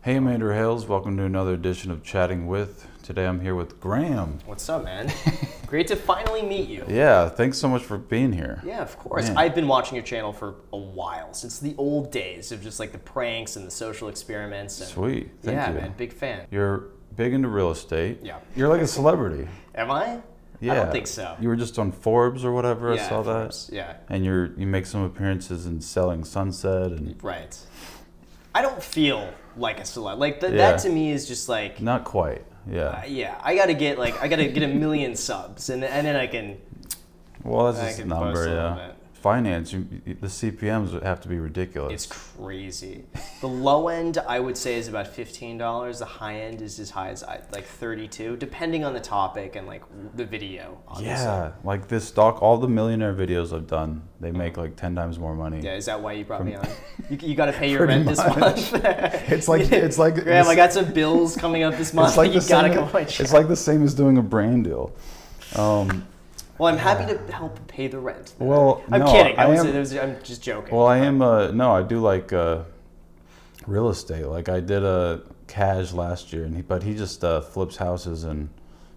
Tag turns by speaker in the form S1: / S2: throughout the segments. S1: Hey, I'm Andrew Hales. Welcome to another edition of Chatting With. Today I'm here with Graham.
S2: What's up, man? Great to finally meet you.
S1: Yeah, thanks so much for being here.
S2: Yeah, of course.
S1: Man.
S2: I've been watching your channel for a while, since the old days of just like the pranks and the social experiments. And,
S1: Sweet. Thank
S2: yeah,
S1: you.
S2: man, big fan.
S1: You're big into real estate.
S2: Yeah.
S1: You're like a celebrity.
S2: Am I?
S1: Yeah.
S2: I don't think so.
S1: You were just on Forbes or whatever.
S2: yeah,
S1: I saw
S2: of
S1: that.
S2: course. Yeah,
S1: And you're you make some appearances in Selling Sunset and
S2: right. I don't feel like a celeb. Like th-
S1: Yeah.
S2: that to me is just like
S1: not quite. Yeah.
S2: yeah. I gotta get like I gotta get a million subs, and and then I can.
S1: Well, that's
S2: I
S1: just a
S2: can boast a
S1: number.
S2: little
S1: Yeah.
S2: bit.
S1: Finance. You, you- the CPMS would have to be ridiculous.
S2: It's crazy. The low end I would say is about fifteen dollars. The high end is as high as I, like thirty-two, depending on the topic and like the video. Obviously.
S1: Yeah, like this stock, all the millionaire videos I've done, they make like 10 times more money.
S2: Mm-hmm. Yeah, is that why you brought me on? You, you got to pay your
S1: Pretty
S2: rent this month. it's
S1: like- it's like
S2: Graham, I
S1: this-
S2: got some bills coming up this month.
S1: It's like,
S2: you
S1: the
S2: got to
S1: same,
S2: come on.
S1: it's like the same as doing a brand deal. Um,
S2: well, I'm happy to help pay the rent.
S1: well,
S2: I'm
S1: no,
S2: kidding. I
S1: I
S2: was,
S1: am,
S2: it was- I'm just joking.
S1: well, I am, uh, no, I do like uh, real estate. Like I did a cash last year, and he, but he just uh, flips houses and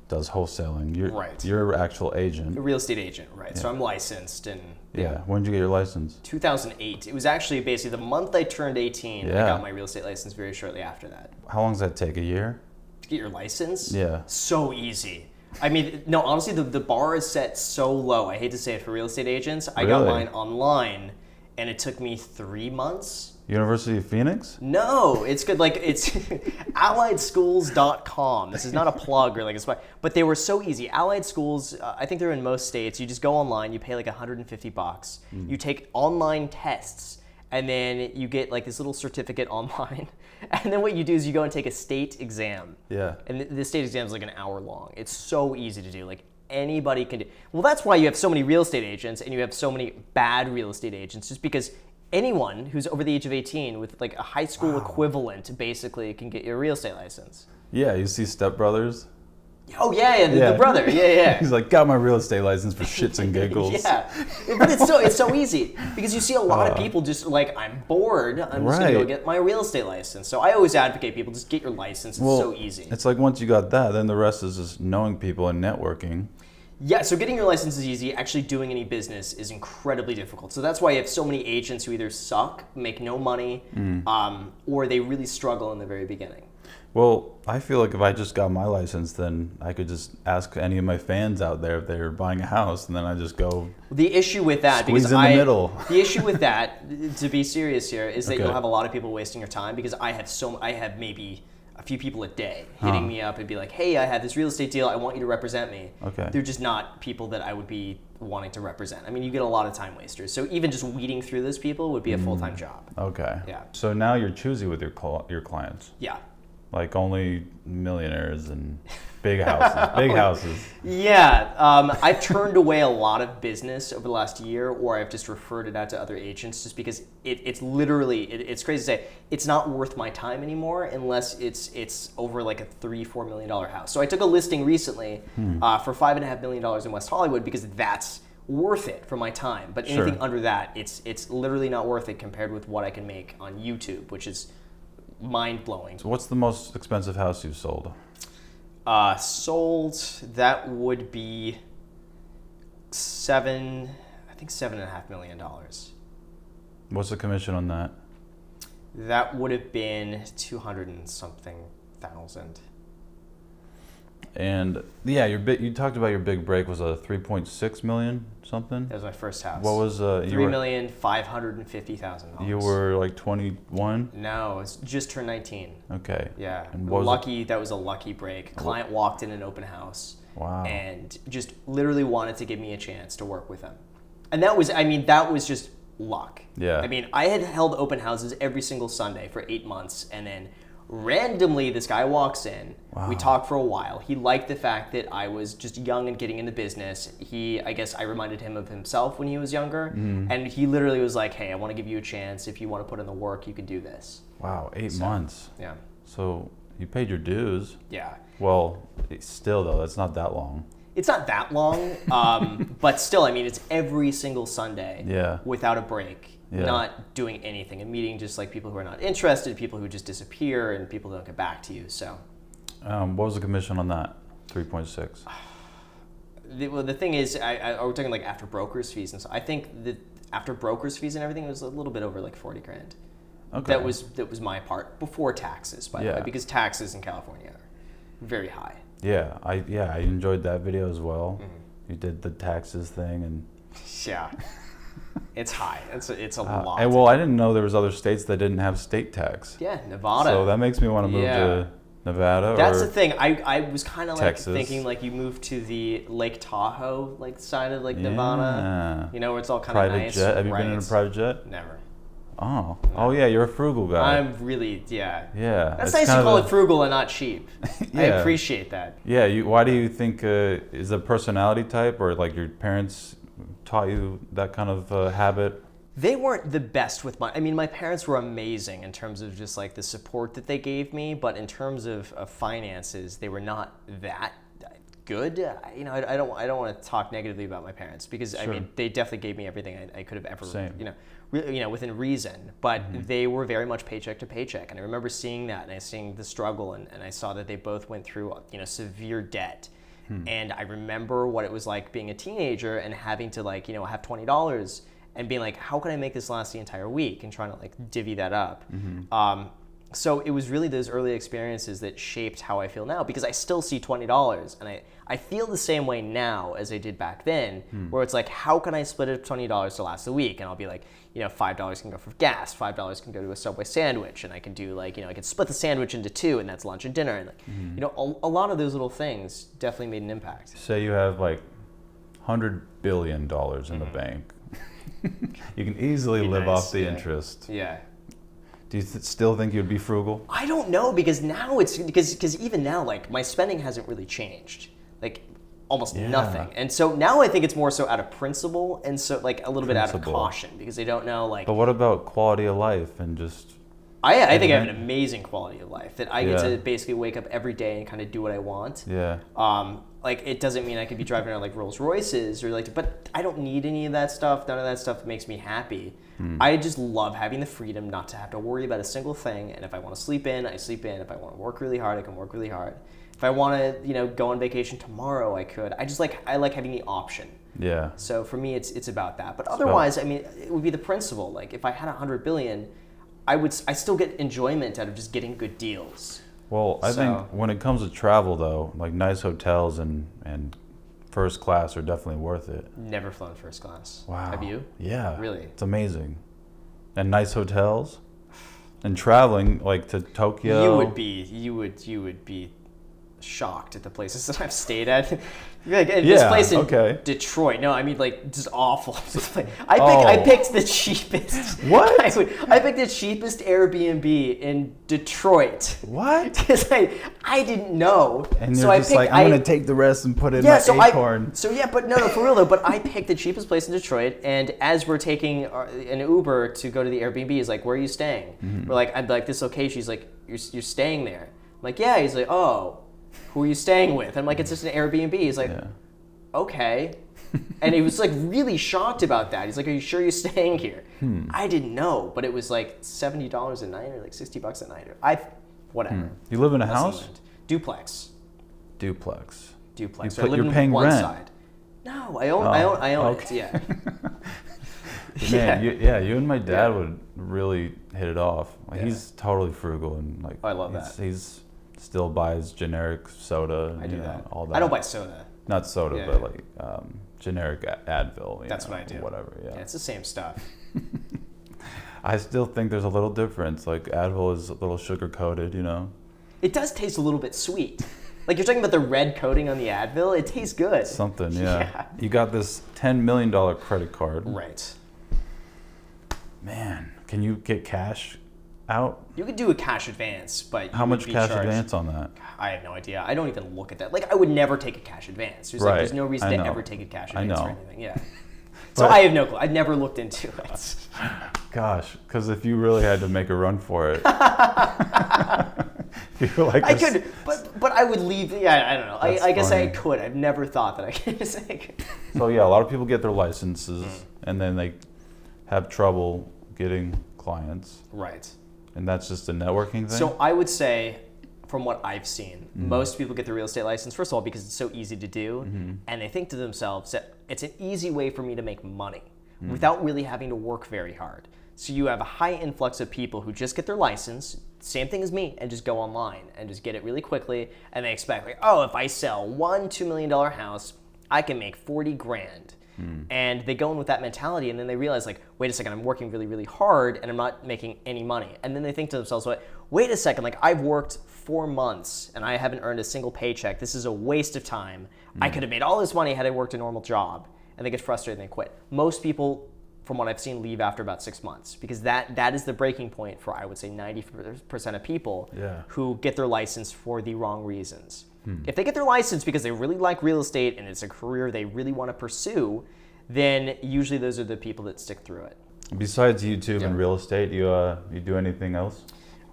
S1: does wholesaling. You're,
S2: Right.
S1: You're an actual
S2: a
S1: agent.
S2: real estate agent, right? So I'm licensed and.
S1: Yeah. When did you get your license?
S2: 2008. It was actually basically the month I turned 18. I
S1: Yeah.
S2: got my real estate license very shortly after that.
S1: How long does that take? A year?
S2: To get your license?
S1: Yeah.
S2: So easy. I mean, no, honestly, the, the bar is set so low. I hate to say it for real estate agents. I got
S1: Really?
S2: mine online and it took me three months.
S1: University of Phoenix?
S2: No, it's good. Like, it's alliedschools.com. This is not a plug or like a spot, but they were so easy. Allied Schools, uh, I think they're in most states. You just go online, you pay like 150 bucks,
S1: Hmm.
S2: you take online tests, and then you get like this little certificate online. And then what you do is you go and take a state exam.
S1: Yeah.
S2: And the, the state exam is like an hour long. It's so easy to do. Like anybody can do. Well, that's why you have so many real estate agents and you have so many bad real estate agents, just because anyone who's over the age of 18 with like a high school equivalent basically can get your real estate license.
S1: Yeah. You see Step Brothers?
S2: Oh yeah, yeah, the,
S1: Yeah.
S2: the brother. Yeah, yeah.
S1: He's like, got my real estate license for shits and giggles.
S2: Yeah, but it's so it's so easy because you see a lot of people just like I'm bored. I'm just gonna go
S1: Uh. Right.
S2: get my real estate license. So I always advocate people just get your license. It's
S1: Well,
S2: so easy.
S1: It's like once you got that, then the rest is just knowing people and networking.
S2: Yeah, so getting your license is easy. Actually, doing any business is incredibly difficult. So that's why you have so many agents who either suck, make no money,
S1: Mm.
S2: um, or they really struggle in the very beginning.
S1: Well, I feel like if I just got my license, then I could just ask any of my fans out there if they were buying a house, and then I just go.
S2: The issue with that,
S1: Squeeze
S2: because
S1: in the
S2: I,
S1: middle.
S2: the issue with that, to be serious here, is that
S1: Okay.
S2: you'll have a lot of people wasting your time because I have so I have maybe a few people a day hitting me up and be like, "Hey, I have this real estate deal. I want you to represent me."
S1: Okay.
S2: They're just not people that I would be wanting to represent. I mean, you get a lot of time wasters. So even just weeding through those people would be a full
S1: Mm.
S2: time job.
S1: Okay.
S2: Yeah.
S1: So now you're choosy with your cl- your clients,
S2: Yeah.
S1: like only millionaires and big houses, big houses.
S2: Yeah, um, I've turned away a lot of business over the last year, or I've just referred it out to other agents just because it, it's literally it, it's crazy to say it's not worth my time anymore unless it's it's over like a three four million dollar house. So I took a listing recently uh, for five and a half million dollars in West Hollywood because that's worth it for my time. But
S1: Sure.
S2: anything under that, it's it's literally not worth it compared with what I can make on YouTube, which is mind blowing.
S1: What's the most expensive house you've sold?
S2: Uh, sold, that would be seven, I think seven and a half million dollars.
S1: What's the commission on that?
S2: That would have been 200 and something thousand.
S1: And yeah, your bit. You talked about your big break was a 3.6 million something.
S2: That was my first house.
S1: What was uh? you
S2: Three
S1: were-
S2: million five hundred and fifty thousand dollars.
S1: You were like 21.
S2: No, it's just turned 19.
S1: Okay.
S2: Yeah.
S1: And what was it-
S2: lucky, that was a lucky break. Client walked in an open house.
S1: Wow.
S2: and just literally wanted to give me a chance to work with him. And that was, I mean, that was just luck.
S1: Yeah.
S2: I mean, I had held open houses every single Sunday for eight months, and then randomly this guy walks in.
S1: Wow.
S2: We talked for a while. He liked the fact that I was just young and getting into business. He, I guess, I reminded him of himself when he was younger,
S1: Mm-hmm.
S2: and he literally was like, "Hey, I want to give you a chance. If you want to put in the work, you can do this."
S1: wow, eight months.
S2: Yeah.
S1: So you paid your dues.
S2: Yeah.
S1: Well, it's still though, that's not that long.
S2: It's not that long, um, but still, I mean, it's every single Sunday
S1: Yeah.
S2: without a break.
S1: Yeah.
S2: not doing anything and meeting just like people who are not interested, people who just disappear, and people don't get back to you. So
S1: Um, what was the commission on that? Three point six.
S2: the, well, the thing is, I, I are we talking like after brokers fees and so I think that after brokers fees and everything it was a little bit over like forty grand.
S1: Okay.
S2: That was that was my part before taxes, by the
S1: Yeah.
S2: way, because taxes in California are very high.
S1: Yeah, I yeah I enjoyed that video as well.
S2: Mm-hmm.
S1: You did the taxes thing and.
S2: Yeah, it's high. It's a, it's a
S1: Uh,
S2: lot.
S1: and well, I didn't know there was other states that didn't have state tax.
S2: yeah, Nevada.
S1: So that makes me want to move
S2: Yeah.
S1: to Nevada.
S2: That's
S1: or,
S2: the thing. I, I was kind of like
S1: Texas.
S2: thinking like you move to the Lake Tahoe like side of like Nevada.
S1: Yeah.
S2: You know where it's all kind of
S1: private
S2: nice.
S1: jet. Have you been in a
S2: right?
S1: private jet?
S2: Never.
S1: Oh, oh yeah, you're a frugal guy.
S2: I'm really yeah.
S1: yeah,
S2: That's
S1: it's
S2: nice to
S1: kind of
S2: call
S1: a-
S2: it frugal and not cheap. I
S1: Yeah.
S2: appreciate that.
S1: Yeah, you, why do you think uh, is a personality type or like your parents taught you that kind of uh, habit?
S2: they weren't the best with my i mean my parents were amazing in terms of just like the support that they gave me but in terms of, of finances they were not that good I, you know I, I don't i don't want to talk negatively about my parents because i mean they definitely gave me everything i, I could have ever
S1: Same.
S2: you know re, you know within reason but they were very much paycheck to paycheck and i remember seeing that and i seeing the struggle and, and i saw that they both went through you know severe debt and I remember what it was like being a teenager and having to like, you know, have twenty dollars and being like, how can I make this last the entire week and trying to like divvy that up. Um, so it was really those early experiences that shaped how I feel now because I still see twenty dollars and I, I feel the same way now as I did back then, where it's like, how can I split up twenty dollars to last the week? And I'll be like, you know, five dollars can go for gas, five dollars can go to a subway sandwich, and I can do like, you know, I can split the sandwich into two, and that's lunch and dinner, and like, you know, a, a lot of those little things definitely made an impact.
S1: Say you have like hundred billion dollars in the bank, you can easily
S2: Mm-hmm. Be
S1: live
S2: nice,
S1: off the
S2: yeah.
S1: interest.
S2: Yeah.
S1: Do you th- still think you'd be frugal?
S2: I don't know because now it's because because even now like my spending hasn't really changed like almost
S1: Yeah.
S2: nothing and so now I think it's more so out of principle and so like a little bit out of
S1: Principle.
S2: caution because they don't know like
S1: But what about quality of life and just
S2: I I think I have an amazing quality of life that I get
S1: Yeah.
S2: to basically wake up every day and kind of do what I want
S1: yeah?
S2: Um, like it doesn't mean I could be driving around like Rolls Royces or like, but I don't need any of that stuff. None of that stuff makes me happy. I just love having the freedom not to have to worry about a single thing. And if I want to sleep in, I sleep in. If I want to work really hard, I can work really hard. If I want to, you know, go on vacation tomorrow, I could. I just like I like having the option.
S1: Yeah.
S2: So for me, it's it's about that. But otherwise, I mean, it would be the principle. Like if I had a hundred billion, I would s- I still get enjoyment out of just getting good deals.
S1: Well, I
S2: So-
S1: think when it comes to travel, though, like nice hotels and and first class are definitely worth it.
S2: Never flown first class.
S1: Wow.
S2: Have you?
S1: Yeah.
S2: Really?
S1: It's amazing. And nice hotels. And traveling like to Tokyo.
S2: You would be you would you would be shocked at the places that I've stayed at. You're like, "And this
S1: Yeah,
S2: place in
S1: okay.
S2: Detroit. No, I mean like just awful. It's like- I picked I
S1: Oh.
S2: picked the cheapest.
S1: What?
S2: I, would, I picked the cheapest Airbnb in Detroit.
S1: What?
S2: Because I, I didn't know.
S1: And
S2: so
S1: you're
S2: I
S1: just
S2: picked,
S1: like, I'm
S2: I-
S1: gonna take the rest and put it in
S2: yeah,
S1: my
S2: so
S1: acorn.
S2: I, so yeah, but no, no, for real though. But I picked the cheapest place in Detroit, and as we're taking our, an Uber to go to the Airbnb, he's like, "Where are you staying?"
S1: Mm-hmm.
S2: We're like, "I'm like this location." He's like, "You're you're staying there." I'm like, "Yeah." He's like, "Oh, who are you staying with?" I'm like, "It's just an Airbnb." He's like,
S1: yeah.
S2: "Okay," and he was like really shocked about that. He's like, "Are you sure you're staying here?"
S1: Hmm.
S2: I didn't know, but it was like seventy dollars a night or like sixty bucks a night or I, whatever.
S1: You live in a
S2: That's
S1: Hmm. house?
S2: England. duplex
S1: Duplex.
S2: duplex.
S1: You
S2: I
S1: put-
S2: live
S1: you're
S2: in
S1: paying
S2: one
S1: rent.
S2: side. No, I own, I
S1: Oh,
S2: own, I own
S1: okay.
S2: it. Yeah,
S1: Man,
S2: Yeah.
S1: You, yeah, you and my dad
S2: Yeah.
S1: would really hit it off. Like,
S2: Yeah. Oh,
S1: He's totally frugal and like
S2: I love
S1: he's,
S2: that.
S1: He's still buys generic soda. and,
S2: I do
S1: you know,
S2: that.
S1: All that.
S2: I don't buy soda.
S1: not soda,
S2: Yeah,
S1: but
S2: yeah.
S1: like um, generic A- Advil. you
S2: That's
S1: know,
S2: what I do.
S1: Whatever.
S2: Yeah, it's the same stuff.
S1: I still think there's a little difference. Like Advil is a little sugar coated, you know.
S2: It does taste a little bit sweet. Like you're talking about the red coating on the Advil. It tastes good.
S1: Something, yeah.
S2: Yeah.
S1: You got this ten million dollar credit card.
S2: right.
S1: Man, can you get cash out?
S2: You could do a cash advance, but you
S1: How
S2: would
S1: much
S2: be
S1: cash
S2: charged-
S1: advance on that?
S2: I have no idea. I don't even look at that. Like I would never take a cash advance. There's like
S1: Right.
S2: there's no reason
S1: I
S2: to
S1: know.
S2: ever take a cash
S1: I
S2: advance or
S1: know.
S2: anything. Yeah. So
S1: But-
S2: I have no clue. I've never looked into it.
S1: Gosh, because if you really had to make a run for it, if you were like,
S2: I
S1: a s-
S2: could, but but I would leave. Yeah, I don't know.
S1: That's
S2: I, I guess I
S1: funny.
S2: could. I've never thought that I could. It's like- Mm.
S1: So yeah, a lot of people get their licenses and then they have trouble getting clients,
S2: Right.
S1: and that's just a networking thing.
S2: So I would say, from what I've seen,
S1: Mm-hmm.
S2: most people get the real estate license first of all because it's so easy to do,
S1: Mm-hmm.
S2: and they think to themselves that it's an easy way for me to make money
S1: Mm.
S2: without really having to work very hard. So you have a high influx of people who just get their license, same thing as me, and just go online and just get it really quickly, and they expect like, oh, if I sell one two million dollar house, I can make forty grand. And they go in with that mentality, and then they realize, like, wait a second, I'm working really, really hard, and I'm not making any money. And then they think to themselves, like, wait a second, like, I've worked four months and I haven't earned a single paycheck. This is a waste of time. I could have made all this money had I worked a normal job. And they get frustrated and they quit. Most people, from what I've seen, leave after about six months because that that is the breaking point for I would say 90% of people
S1: Yeah.
S2: who get their license for the wrong reasons.
S1: Hmm.
S2: If they get their license because they really like real estate and it's a career they really want to pursue, then usually those are the people that stick through it.
S1: Besides YouTube and
S2: Yeah.
S1: real estate, you uh, you do anything else?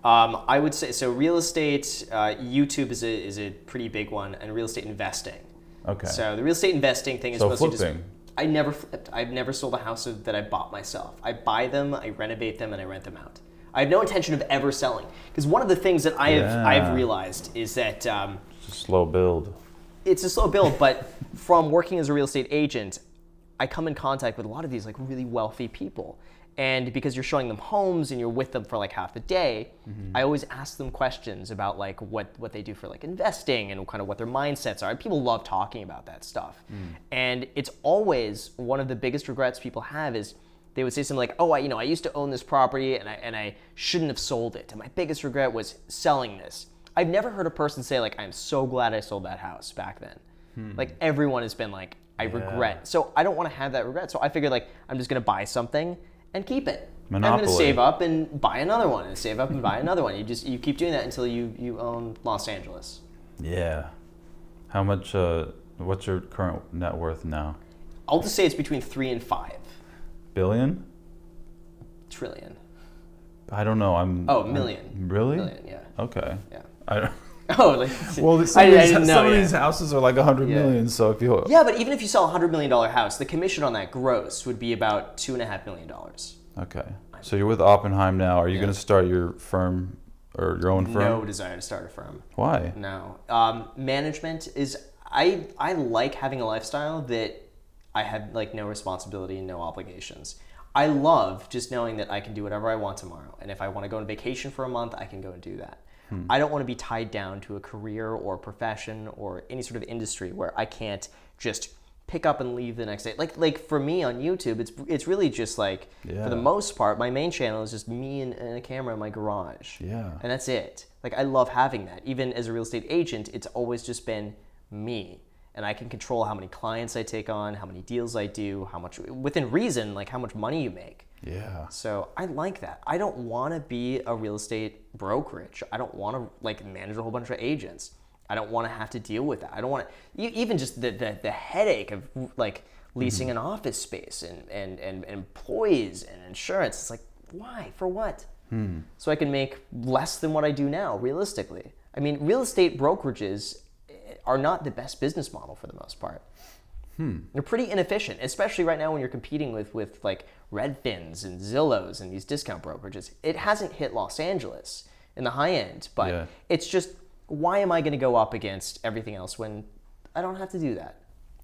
S2: Um, I would say so. Real estate, uh, YouTube is a is a pretty big one, and real estate investing.
S1: Okay.
S2: So the real estate investing thing is
S1: So
S2: mostly
S1: flipping.
S2: just. I never flipped. I've never sold a house that I bought myself. I buy them, I renovate them, and I rent them out. I have no intention of ever selling because one of the things that I have
S1: Yeah.
S2: I've realized is that. Um,
S1: Just slow build.
S2: it's a slow build, but from working as a real estate agent, I come in contact with a lot of these like really wealthy people. And because you're showing them homes and you're with them for like half a day, I always ask them questions about like what, what they do for like investing and kind of what their mindsets are. And people love talking about that stuff. And it's always one of the biggest regrets people have is they would say something like, "Oh, I, you know, I used to own this property and I and I shouldn't have sold it. And my biggest regret was selling this." I've never heard a person say like, "I'm so glad I sold that house back then."
S1: Hmm.
S2: Like everyone has been like, "I regret." So I don't want to have that regret. So I figured like I'm just going to buy something and keep it. I'm going
S1: Monopoly.
S2: to save up and buy another one and save up and buy another one. You just you keep doing that until you you own Los Angeles.
S1: Yeah. How much? Uh, what's your current net worth now?
S2: I'll just say it's between 3 and 5
S1: Billion?
S2: trillion.
S1: I don't know. I'm.
S2: Oh,
S1: I'm-
S2: million.
S1: Hmm. really?
S2: Million, yeah.
S1: Okay.
S2: Yeah.
S1: I don't.
S2: Oh, like
S1: Well, some,
S2: I,
S1: of
S2: I
S1: these,
S2: didn't know,
S1: some of
S2: yeah.
S1: these houses are like a hundred
S2: Yeah.
S1: million. So if you
S2: Yeah, but even if you sell a hundred million dollar house, the commission on that gross would be about two and a half million dollars.
S1: okay, so you're with Oppenheim now. Are you going to start your firm or your own firm?
S2: No desire to start a firm.
S1: Why?
S2: No. Um, management is I I like having a lifestyle that I have like no responsibility and no obligations. I love just knowing that I can do whatever I want tomorrow, and if I want to go on vacation for a month, I can go and do that. I don't want to be tied down to a career or a profession or any sort of industry where I can't just pick up and leave the next day. Like like for me on YouTube, it's it's really just like for the
S1: Yeah.
S2: most part, my main channel is just me and, and a camera in my garage
S1: Yeah.
S2: and that's it. Like I love having that. Even as a real estate agent, it's always just been me, and I can control how many clients I take on, how many deals I do, how much within reason, like how much money you make.
S1: Yeah.
S2: So I like that. I don't want to be a real estate brokerage. I don't want to like manage a whole bunch of agents. I don't want to have to deal with that. I don't want to even just the, the the headache of like leasing an office space and and and employees and insurance. It's like why for what? So I can make less than what I do now, realistically. I mean, real estate brokerages eh, are not the best business model for the most part. They're pretty inefficient, especially right now when you're competing with with like Redfins and Zillows and these discount brokerages. It hasn't hit Los Angeles in the high end, but
S1: Yeah.
S2: it's just why am I going to go up against everything else when I don't have to do that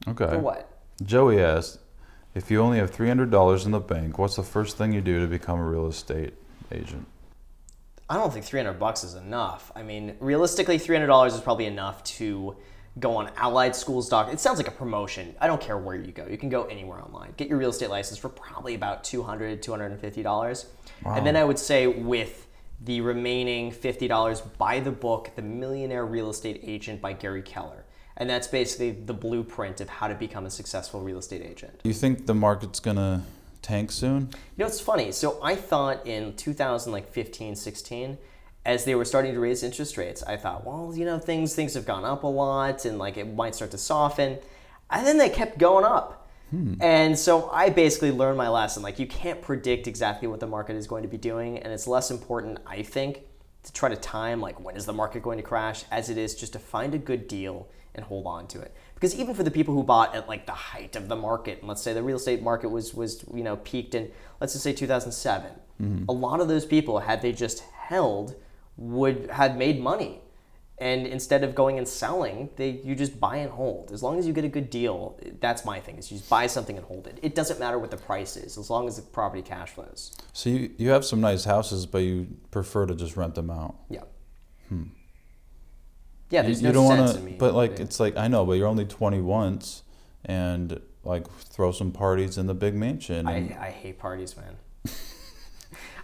S1: Okay.
S2: for what?
S1: Joey asked, if you only have three hundred dollars in the bank, what's the first thing you do to become a real estate agent?
S2: I don't think 300 bucks is enough. I mean, realistically, $300 is probably enough to go on Allied Schools doc. It sounds like a promotion. I don't care where you go. You can go anywhere online. Get your real estate license for probably about 200, $250. And then I would say with the remaining $50, buy the book The Millionaire Real Estate Agent by Gary Keller. And that's basically the blueprint of how to become a successful real estate agent.
S1: Do you think the market's gonna tank soon?
S2: You know, it's funny. So I thought in 2015, 16, as they were starting to raise interest rates, I thought, well, you know, things things have gone up a lot, and like it might start to soften. And then they kept going up. And so I basically learned my lesson. Like you can't predict exactly what the market is going to be doing, and it's less important, I think, to try to time like when is the market going to crash as it is just to find a good deal and hold on to it because even for the people who bought at like the height of the market and let's say the real estate market was was you know peaked in let's just say 2007 a lot of those people had they just held would had made money and instead of going and selling they you just buy and hold as long as you get a good deal that's my thing is you just buy something and hold it it doesn't matter what the price is as long as the property cash flows
S1: So you, you have some nice houses, but you prefer to just rent them out.
S2: Yeah. Yeah,
S1: You,
S2: there's
S1: Hmm. you
S2: no
S1: don't
S2: sense
S1: want
S2: in me.
S1: to, but like
S2: yeah.
S1: it's like I know, but you're only 20 once, and like throw some parties in the big mansion. and-
S2: I, I hate parties, man.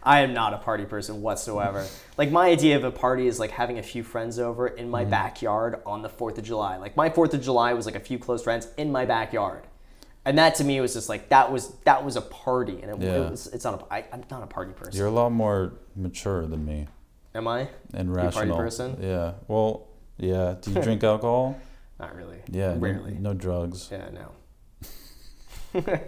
S2: I am not a party person whatsoever. Like my idea of a party is like having a few friends over in
S1: Hmm.
S2: my backyard on the Fourth of July. Like my Fourth of July was like a few close friends in my backyard, and that to me was just like that was that was a party, and it, it
S1: Yeah.
S2: was it's not a I, I'm not a party person.
S1: you're a lot more mature than me
S2: am I?
S1: and
S2: a party
S1: rational.
S2: person?
S1: Yeah. Well, yeah. Do you drink alcohol?
S2: Not really.
S1: Yeah. n-
S2: Rarely.
S1: No, drugs.
S2: Yeah. No.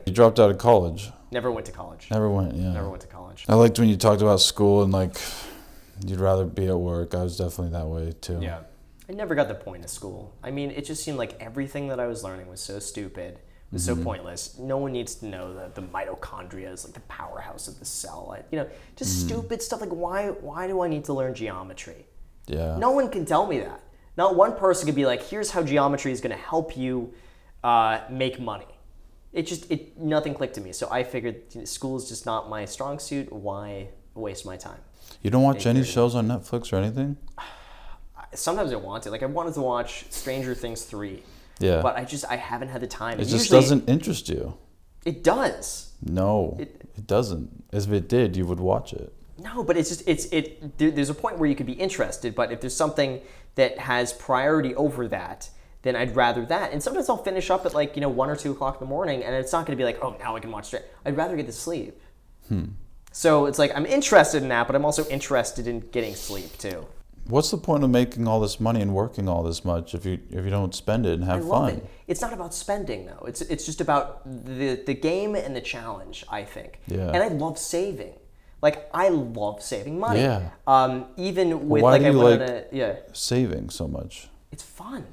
S1: You dropped out of college.
S2: Never went to college.
S1: Never went. Yeah.
S2: Never went to college.
S1: I liked when you talked about school and like you'd rather be at work. I was definitely that way too.
S2: Yeah. I never got the point of school. I mean, it just seemed like everything that I was learning was so stupid, was so pointless. No one needs to know that the mitochondria is like the powerhouse of the cell. I, you know, just stupid stuff like why why do I need to learn geometry?
S1: Yeah.
S2: No one can tell me that. Not one person could be like, here's how geometry is going to help you uh, make money. It just it nothing clicked to me. So I figured you know, school is just not my strong suit. Why waste my time?
S1: You don't watch any shows on Netflix or anything?
S2: sometimes I want to. Like I wanted to watch Stranger Things three.
S1: Yeah.
S2: But I just I haven't had the time.
S1: It just
S2: Usually,
S1: doesn't interest you.
S2: It does.
S1: No, it, doesn't. If it did, you would watch it.
S2: No, but it's just it's it. There, there's a point where you could be interested, but if there's something that has priority over that, then I'd rather that. And sometimes I'll finish up at like you know one or two o'clock in the morning, and it's not going to be like oh now I can watch straight. I'd rather get to sleep. Hmm. So it's like I'm interested in that, but I'm also interested in getting sleep too.
S1: What's the point of making all this money and working all this much if you if you don't spend it and have
S2: I love
S1: fun?
S2: it. It's not about spending though. It's it's just about the the game and the challenge. I think.
S1: Yeah.
S2: And I love saving. Like I love saving money.
S1: Yeah.
S2: Um, even with
S1: Why
S2: like
S1: do
S2: I
S1: you
S2: went on a
S1: like-
S2: yeah,
S1: Saving so much.
S2: it's fun.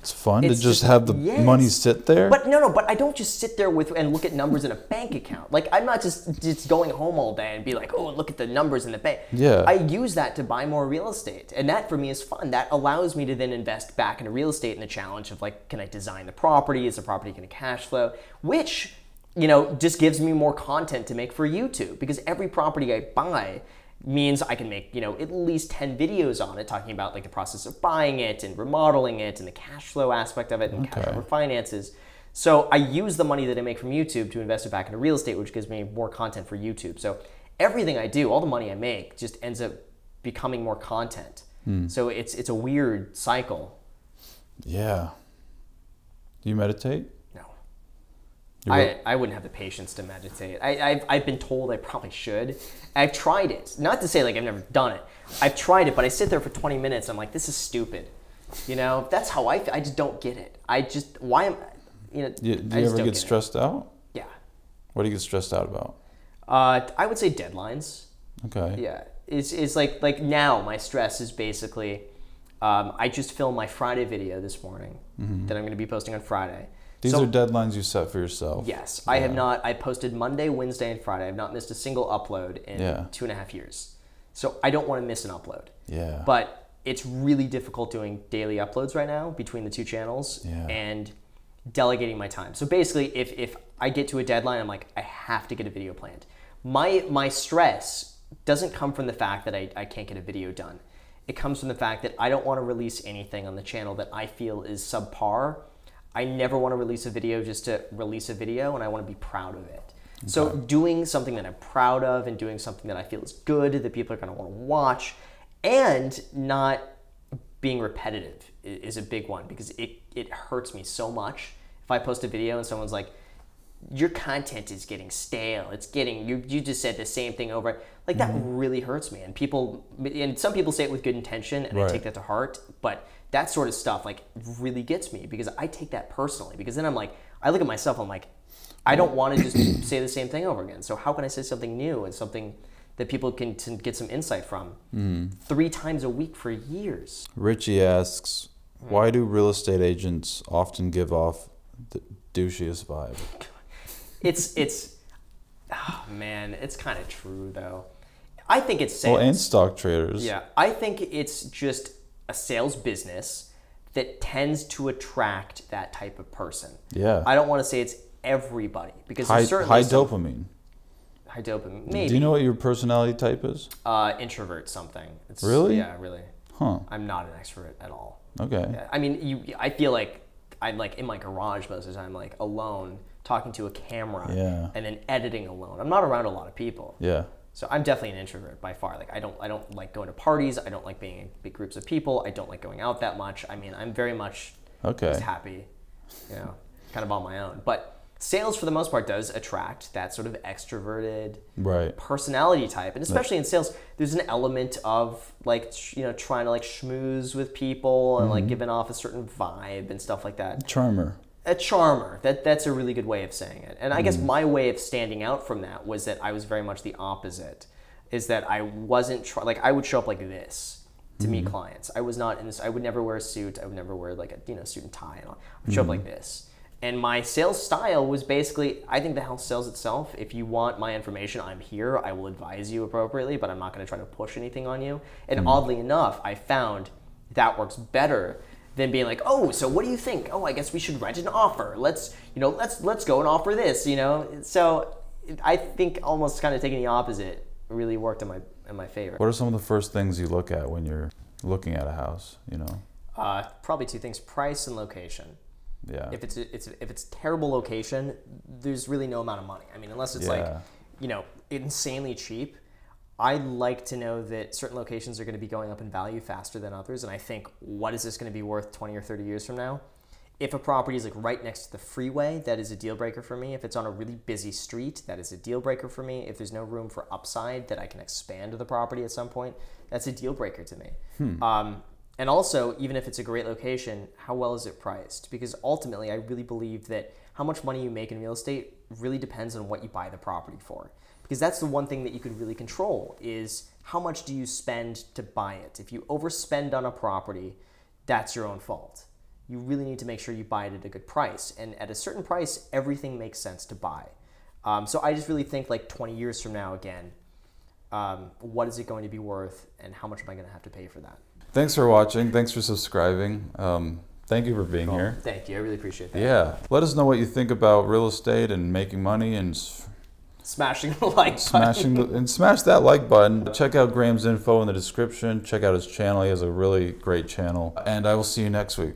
S1: It's fun
S2: It's
S1: to just
S2: just-
S1: have the
S2: yes.
S1: money sit there.
S2: But no, no. But I don't just sit there with and look at numbers in a bank account. Like I'm not just just going home all day and be like, oh, look at the numbers in the bank.
S1: Yeah.
S2: I use that to buy more real estate, and that for me is fun. That allows me to then invest back into real estate and the challenge of like, can I design the property? Is the property going to cash flow? Which you know just gives me more content to make for YouTube because every property I buy means I can make, you know, at least 10 videos on it talking about like the process of buying it and remodeling it and the cash flow aspect of it and cash over finances. So I use the money that I make from YouTube to invest it back into real estate, which gives me more content for YouTube. So everything I do, all the money I make, just ends up becoming more content.
S1: Hmm.
S2: So it's it's a weird cycle.
S1: yeah. Do you meditate?
S2: No.
S1: You
S2: I,
S1: wrote-
S2: I wouldn't have the patience to meditate. I, I've, I've been told I probably should. I've tried it. Not to say like I've never done it. I've tried it, but I sit there for 20 minutes. I'm like, this is stupid. You know, that's how I. fe- I just don't get it. I just why am you know?
S1: You, do you
S2: I just
S1: ever
S2: don't
S1: get
S2: it.
S1: stressed out?
S2: Yeah.
S1: What do you get stressed out about?
S2: Uh, I would say deadlines.
S1: Okay.
S2: Yeah, it's, it's like like now my stress is basically, um, I just filmed my Friday video this morning that I'm going to be posting on Friday.
S1: Mm-hmm. These
S2: So-
S1: are deadlines you set for yourself.
S2: Yes, I have not. I posted Monday, Wednesday, and Friday. I've not missed a single upload in
S1: Yeah.
S2: two and a half years. So I don't want to miss an upload.
S1: Yeah.
S2: But it's really difficult doing daily uploads right now between the two channels
S1: Yeah.
S2: and delegating my time. So basically, if if I get to a deadline, I'm like, I have to get a video planned. My my stress doesn't come from the fact that I, I can't get a video done. It comes from the fact that I don't want to release anything on the channel that I feel is subpar. I never want to release a video just to release a video, and I want to be proud of it. So doing something that I'm proud of and doing something that I feel is good that people are going to want to watch, and not being repetitive i- is a big one because it, it hurts me so much if i post a video and someone's like your content is getting stale it's getting you, you just said the same thing over like that really hurts me and people and some people say it with good intention and i
S1: Right.
S2: take that to heart but that sort of stuff like really gets me because i take that personally because then i'm like i look at myself i'm like i don't want to just say the same thing over again so how can i say something new and something that people can t- get some insight from three times a week for years.
S1: Richie asks,
S2: Hmm.
S1: why do real estate agents often give off the douchiest vibe?
S2: It's it's oh, man, it's kind of true though. I think it's sales.
S1: Well, and stock traders.
S2: Yeah, I think it's just a sales business that tends to attract that type of person.
S1: Yeah.
S2: I don't want to say it's everybody because
S1: high,
S2: there's certainly
S1: high
S2: some-
S1: dopamine.
S2: high dopamine. Maybe
S1: Do you know what your personality type is?
S2: uh, introvert something. It's,
S1: Really?
S2: Yeah, really.
S1: Huh.
S2: I'm not an extrovert at all.
S1: Okay.
S2: I mean, you. I feel like I'm like in my garage most of the time, like alone, talking to a camera,
S1: Yeah.
S2: and then editing alone. I'm not around a lot of people.
S1: Yeah.
S2: So I'm definitely an introvert by far. Like I don't I don't like going to parties. I don't like being in big groups of people. I don't like going out that much. I mean, I'm very much just
S1: Okay.
S2: happy, you know, kind of on my own. But sales for the most part does attract that sort of extroverted
S1: Right.
S2: personality type and especially in sales there's an element of like sh- you know trying to like schmooze with people and like giving off a certain vibe and stuff like that
S1: Charmer.
S2: a charmer. That that's a really good way of saying it. And I guess my way of standing out from that was that I was very much the opposite. Is that I wasn't try- like I would show up like this to meet clients. I was not in this. I would never wear a suit. I would never wear like a you know suit and tie and all. I would show up like this. And my sales style was basically I think the house sells itself. If you want my information, I'm here. I will advise you appropriately, but I'm not going to try to push anything on you. And oddly enough, I found that works better than being like, oh, so what do you think? Oh, I guess we should write an offer. Let's, you know, let's let's go and offer this. You know, so I think almost kind of taking the opposite really worked in my in my favor.
S1: What are some of the first things you look at when you're looking at a house? You know.
S2: Uh, probably two things: price and location.
S1: Yeah.
S2: If it's it's if it's terrible location, there's really no amount of money. I mean, unless it's like,
S1: Yeah.
S2: you know, insanely cheap. I like to know that certain locations are going to be going up in value faster than others, and I think what is this going to be worth 20 or 30 years from now? If a property is like right next to the freeway, that is a deal breaker for me. If it's on a really busy street, that is a deal breaker for me. If there's no room for upside that I can expand the property at some point, that's a deal breaker to me.
S1: Hmm.
S2: Um, and also, even if it's a great location, how well is it priced? Because ultimately, I really believe that how much money you make in real estate really depends on what you buy the property for. Because that's the one thing that you can really control is how much do you spend to buy it. If you overspend on a property, that's your own fault. You really need to make sure you buy it at a good price. And at a certain price, everything makes sense to buy. Um, so I just really think like 20 years from now, again, um, what is it going to be worth and how much am I going to have to pay for that?
S1: Thanks for watching. Thanks for subscribing. Um, thank you for being here.
S2: Thank you. I really appreciate that.
S1: Yeah. Let us know what you think about real estate and making money and s-
S2: Smashing the like
S1: smashing the, and smash that like button. Check out Graham's info in the description. Check out his channel. He has a really great channel. And I will see you next week.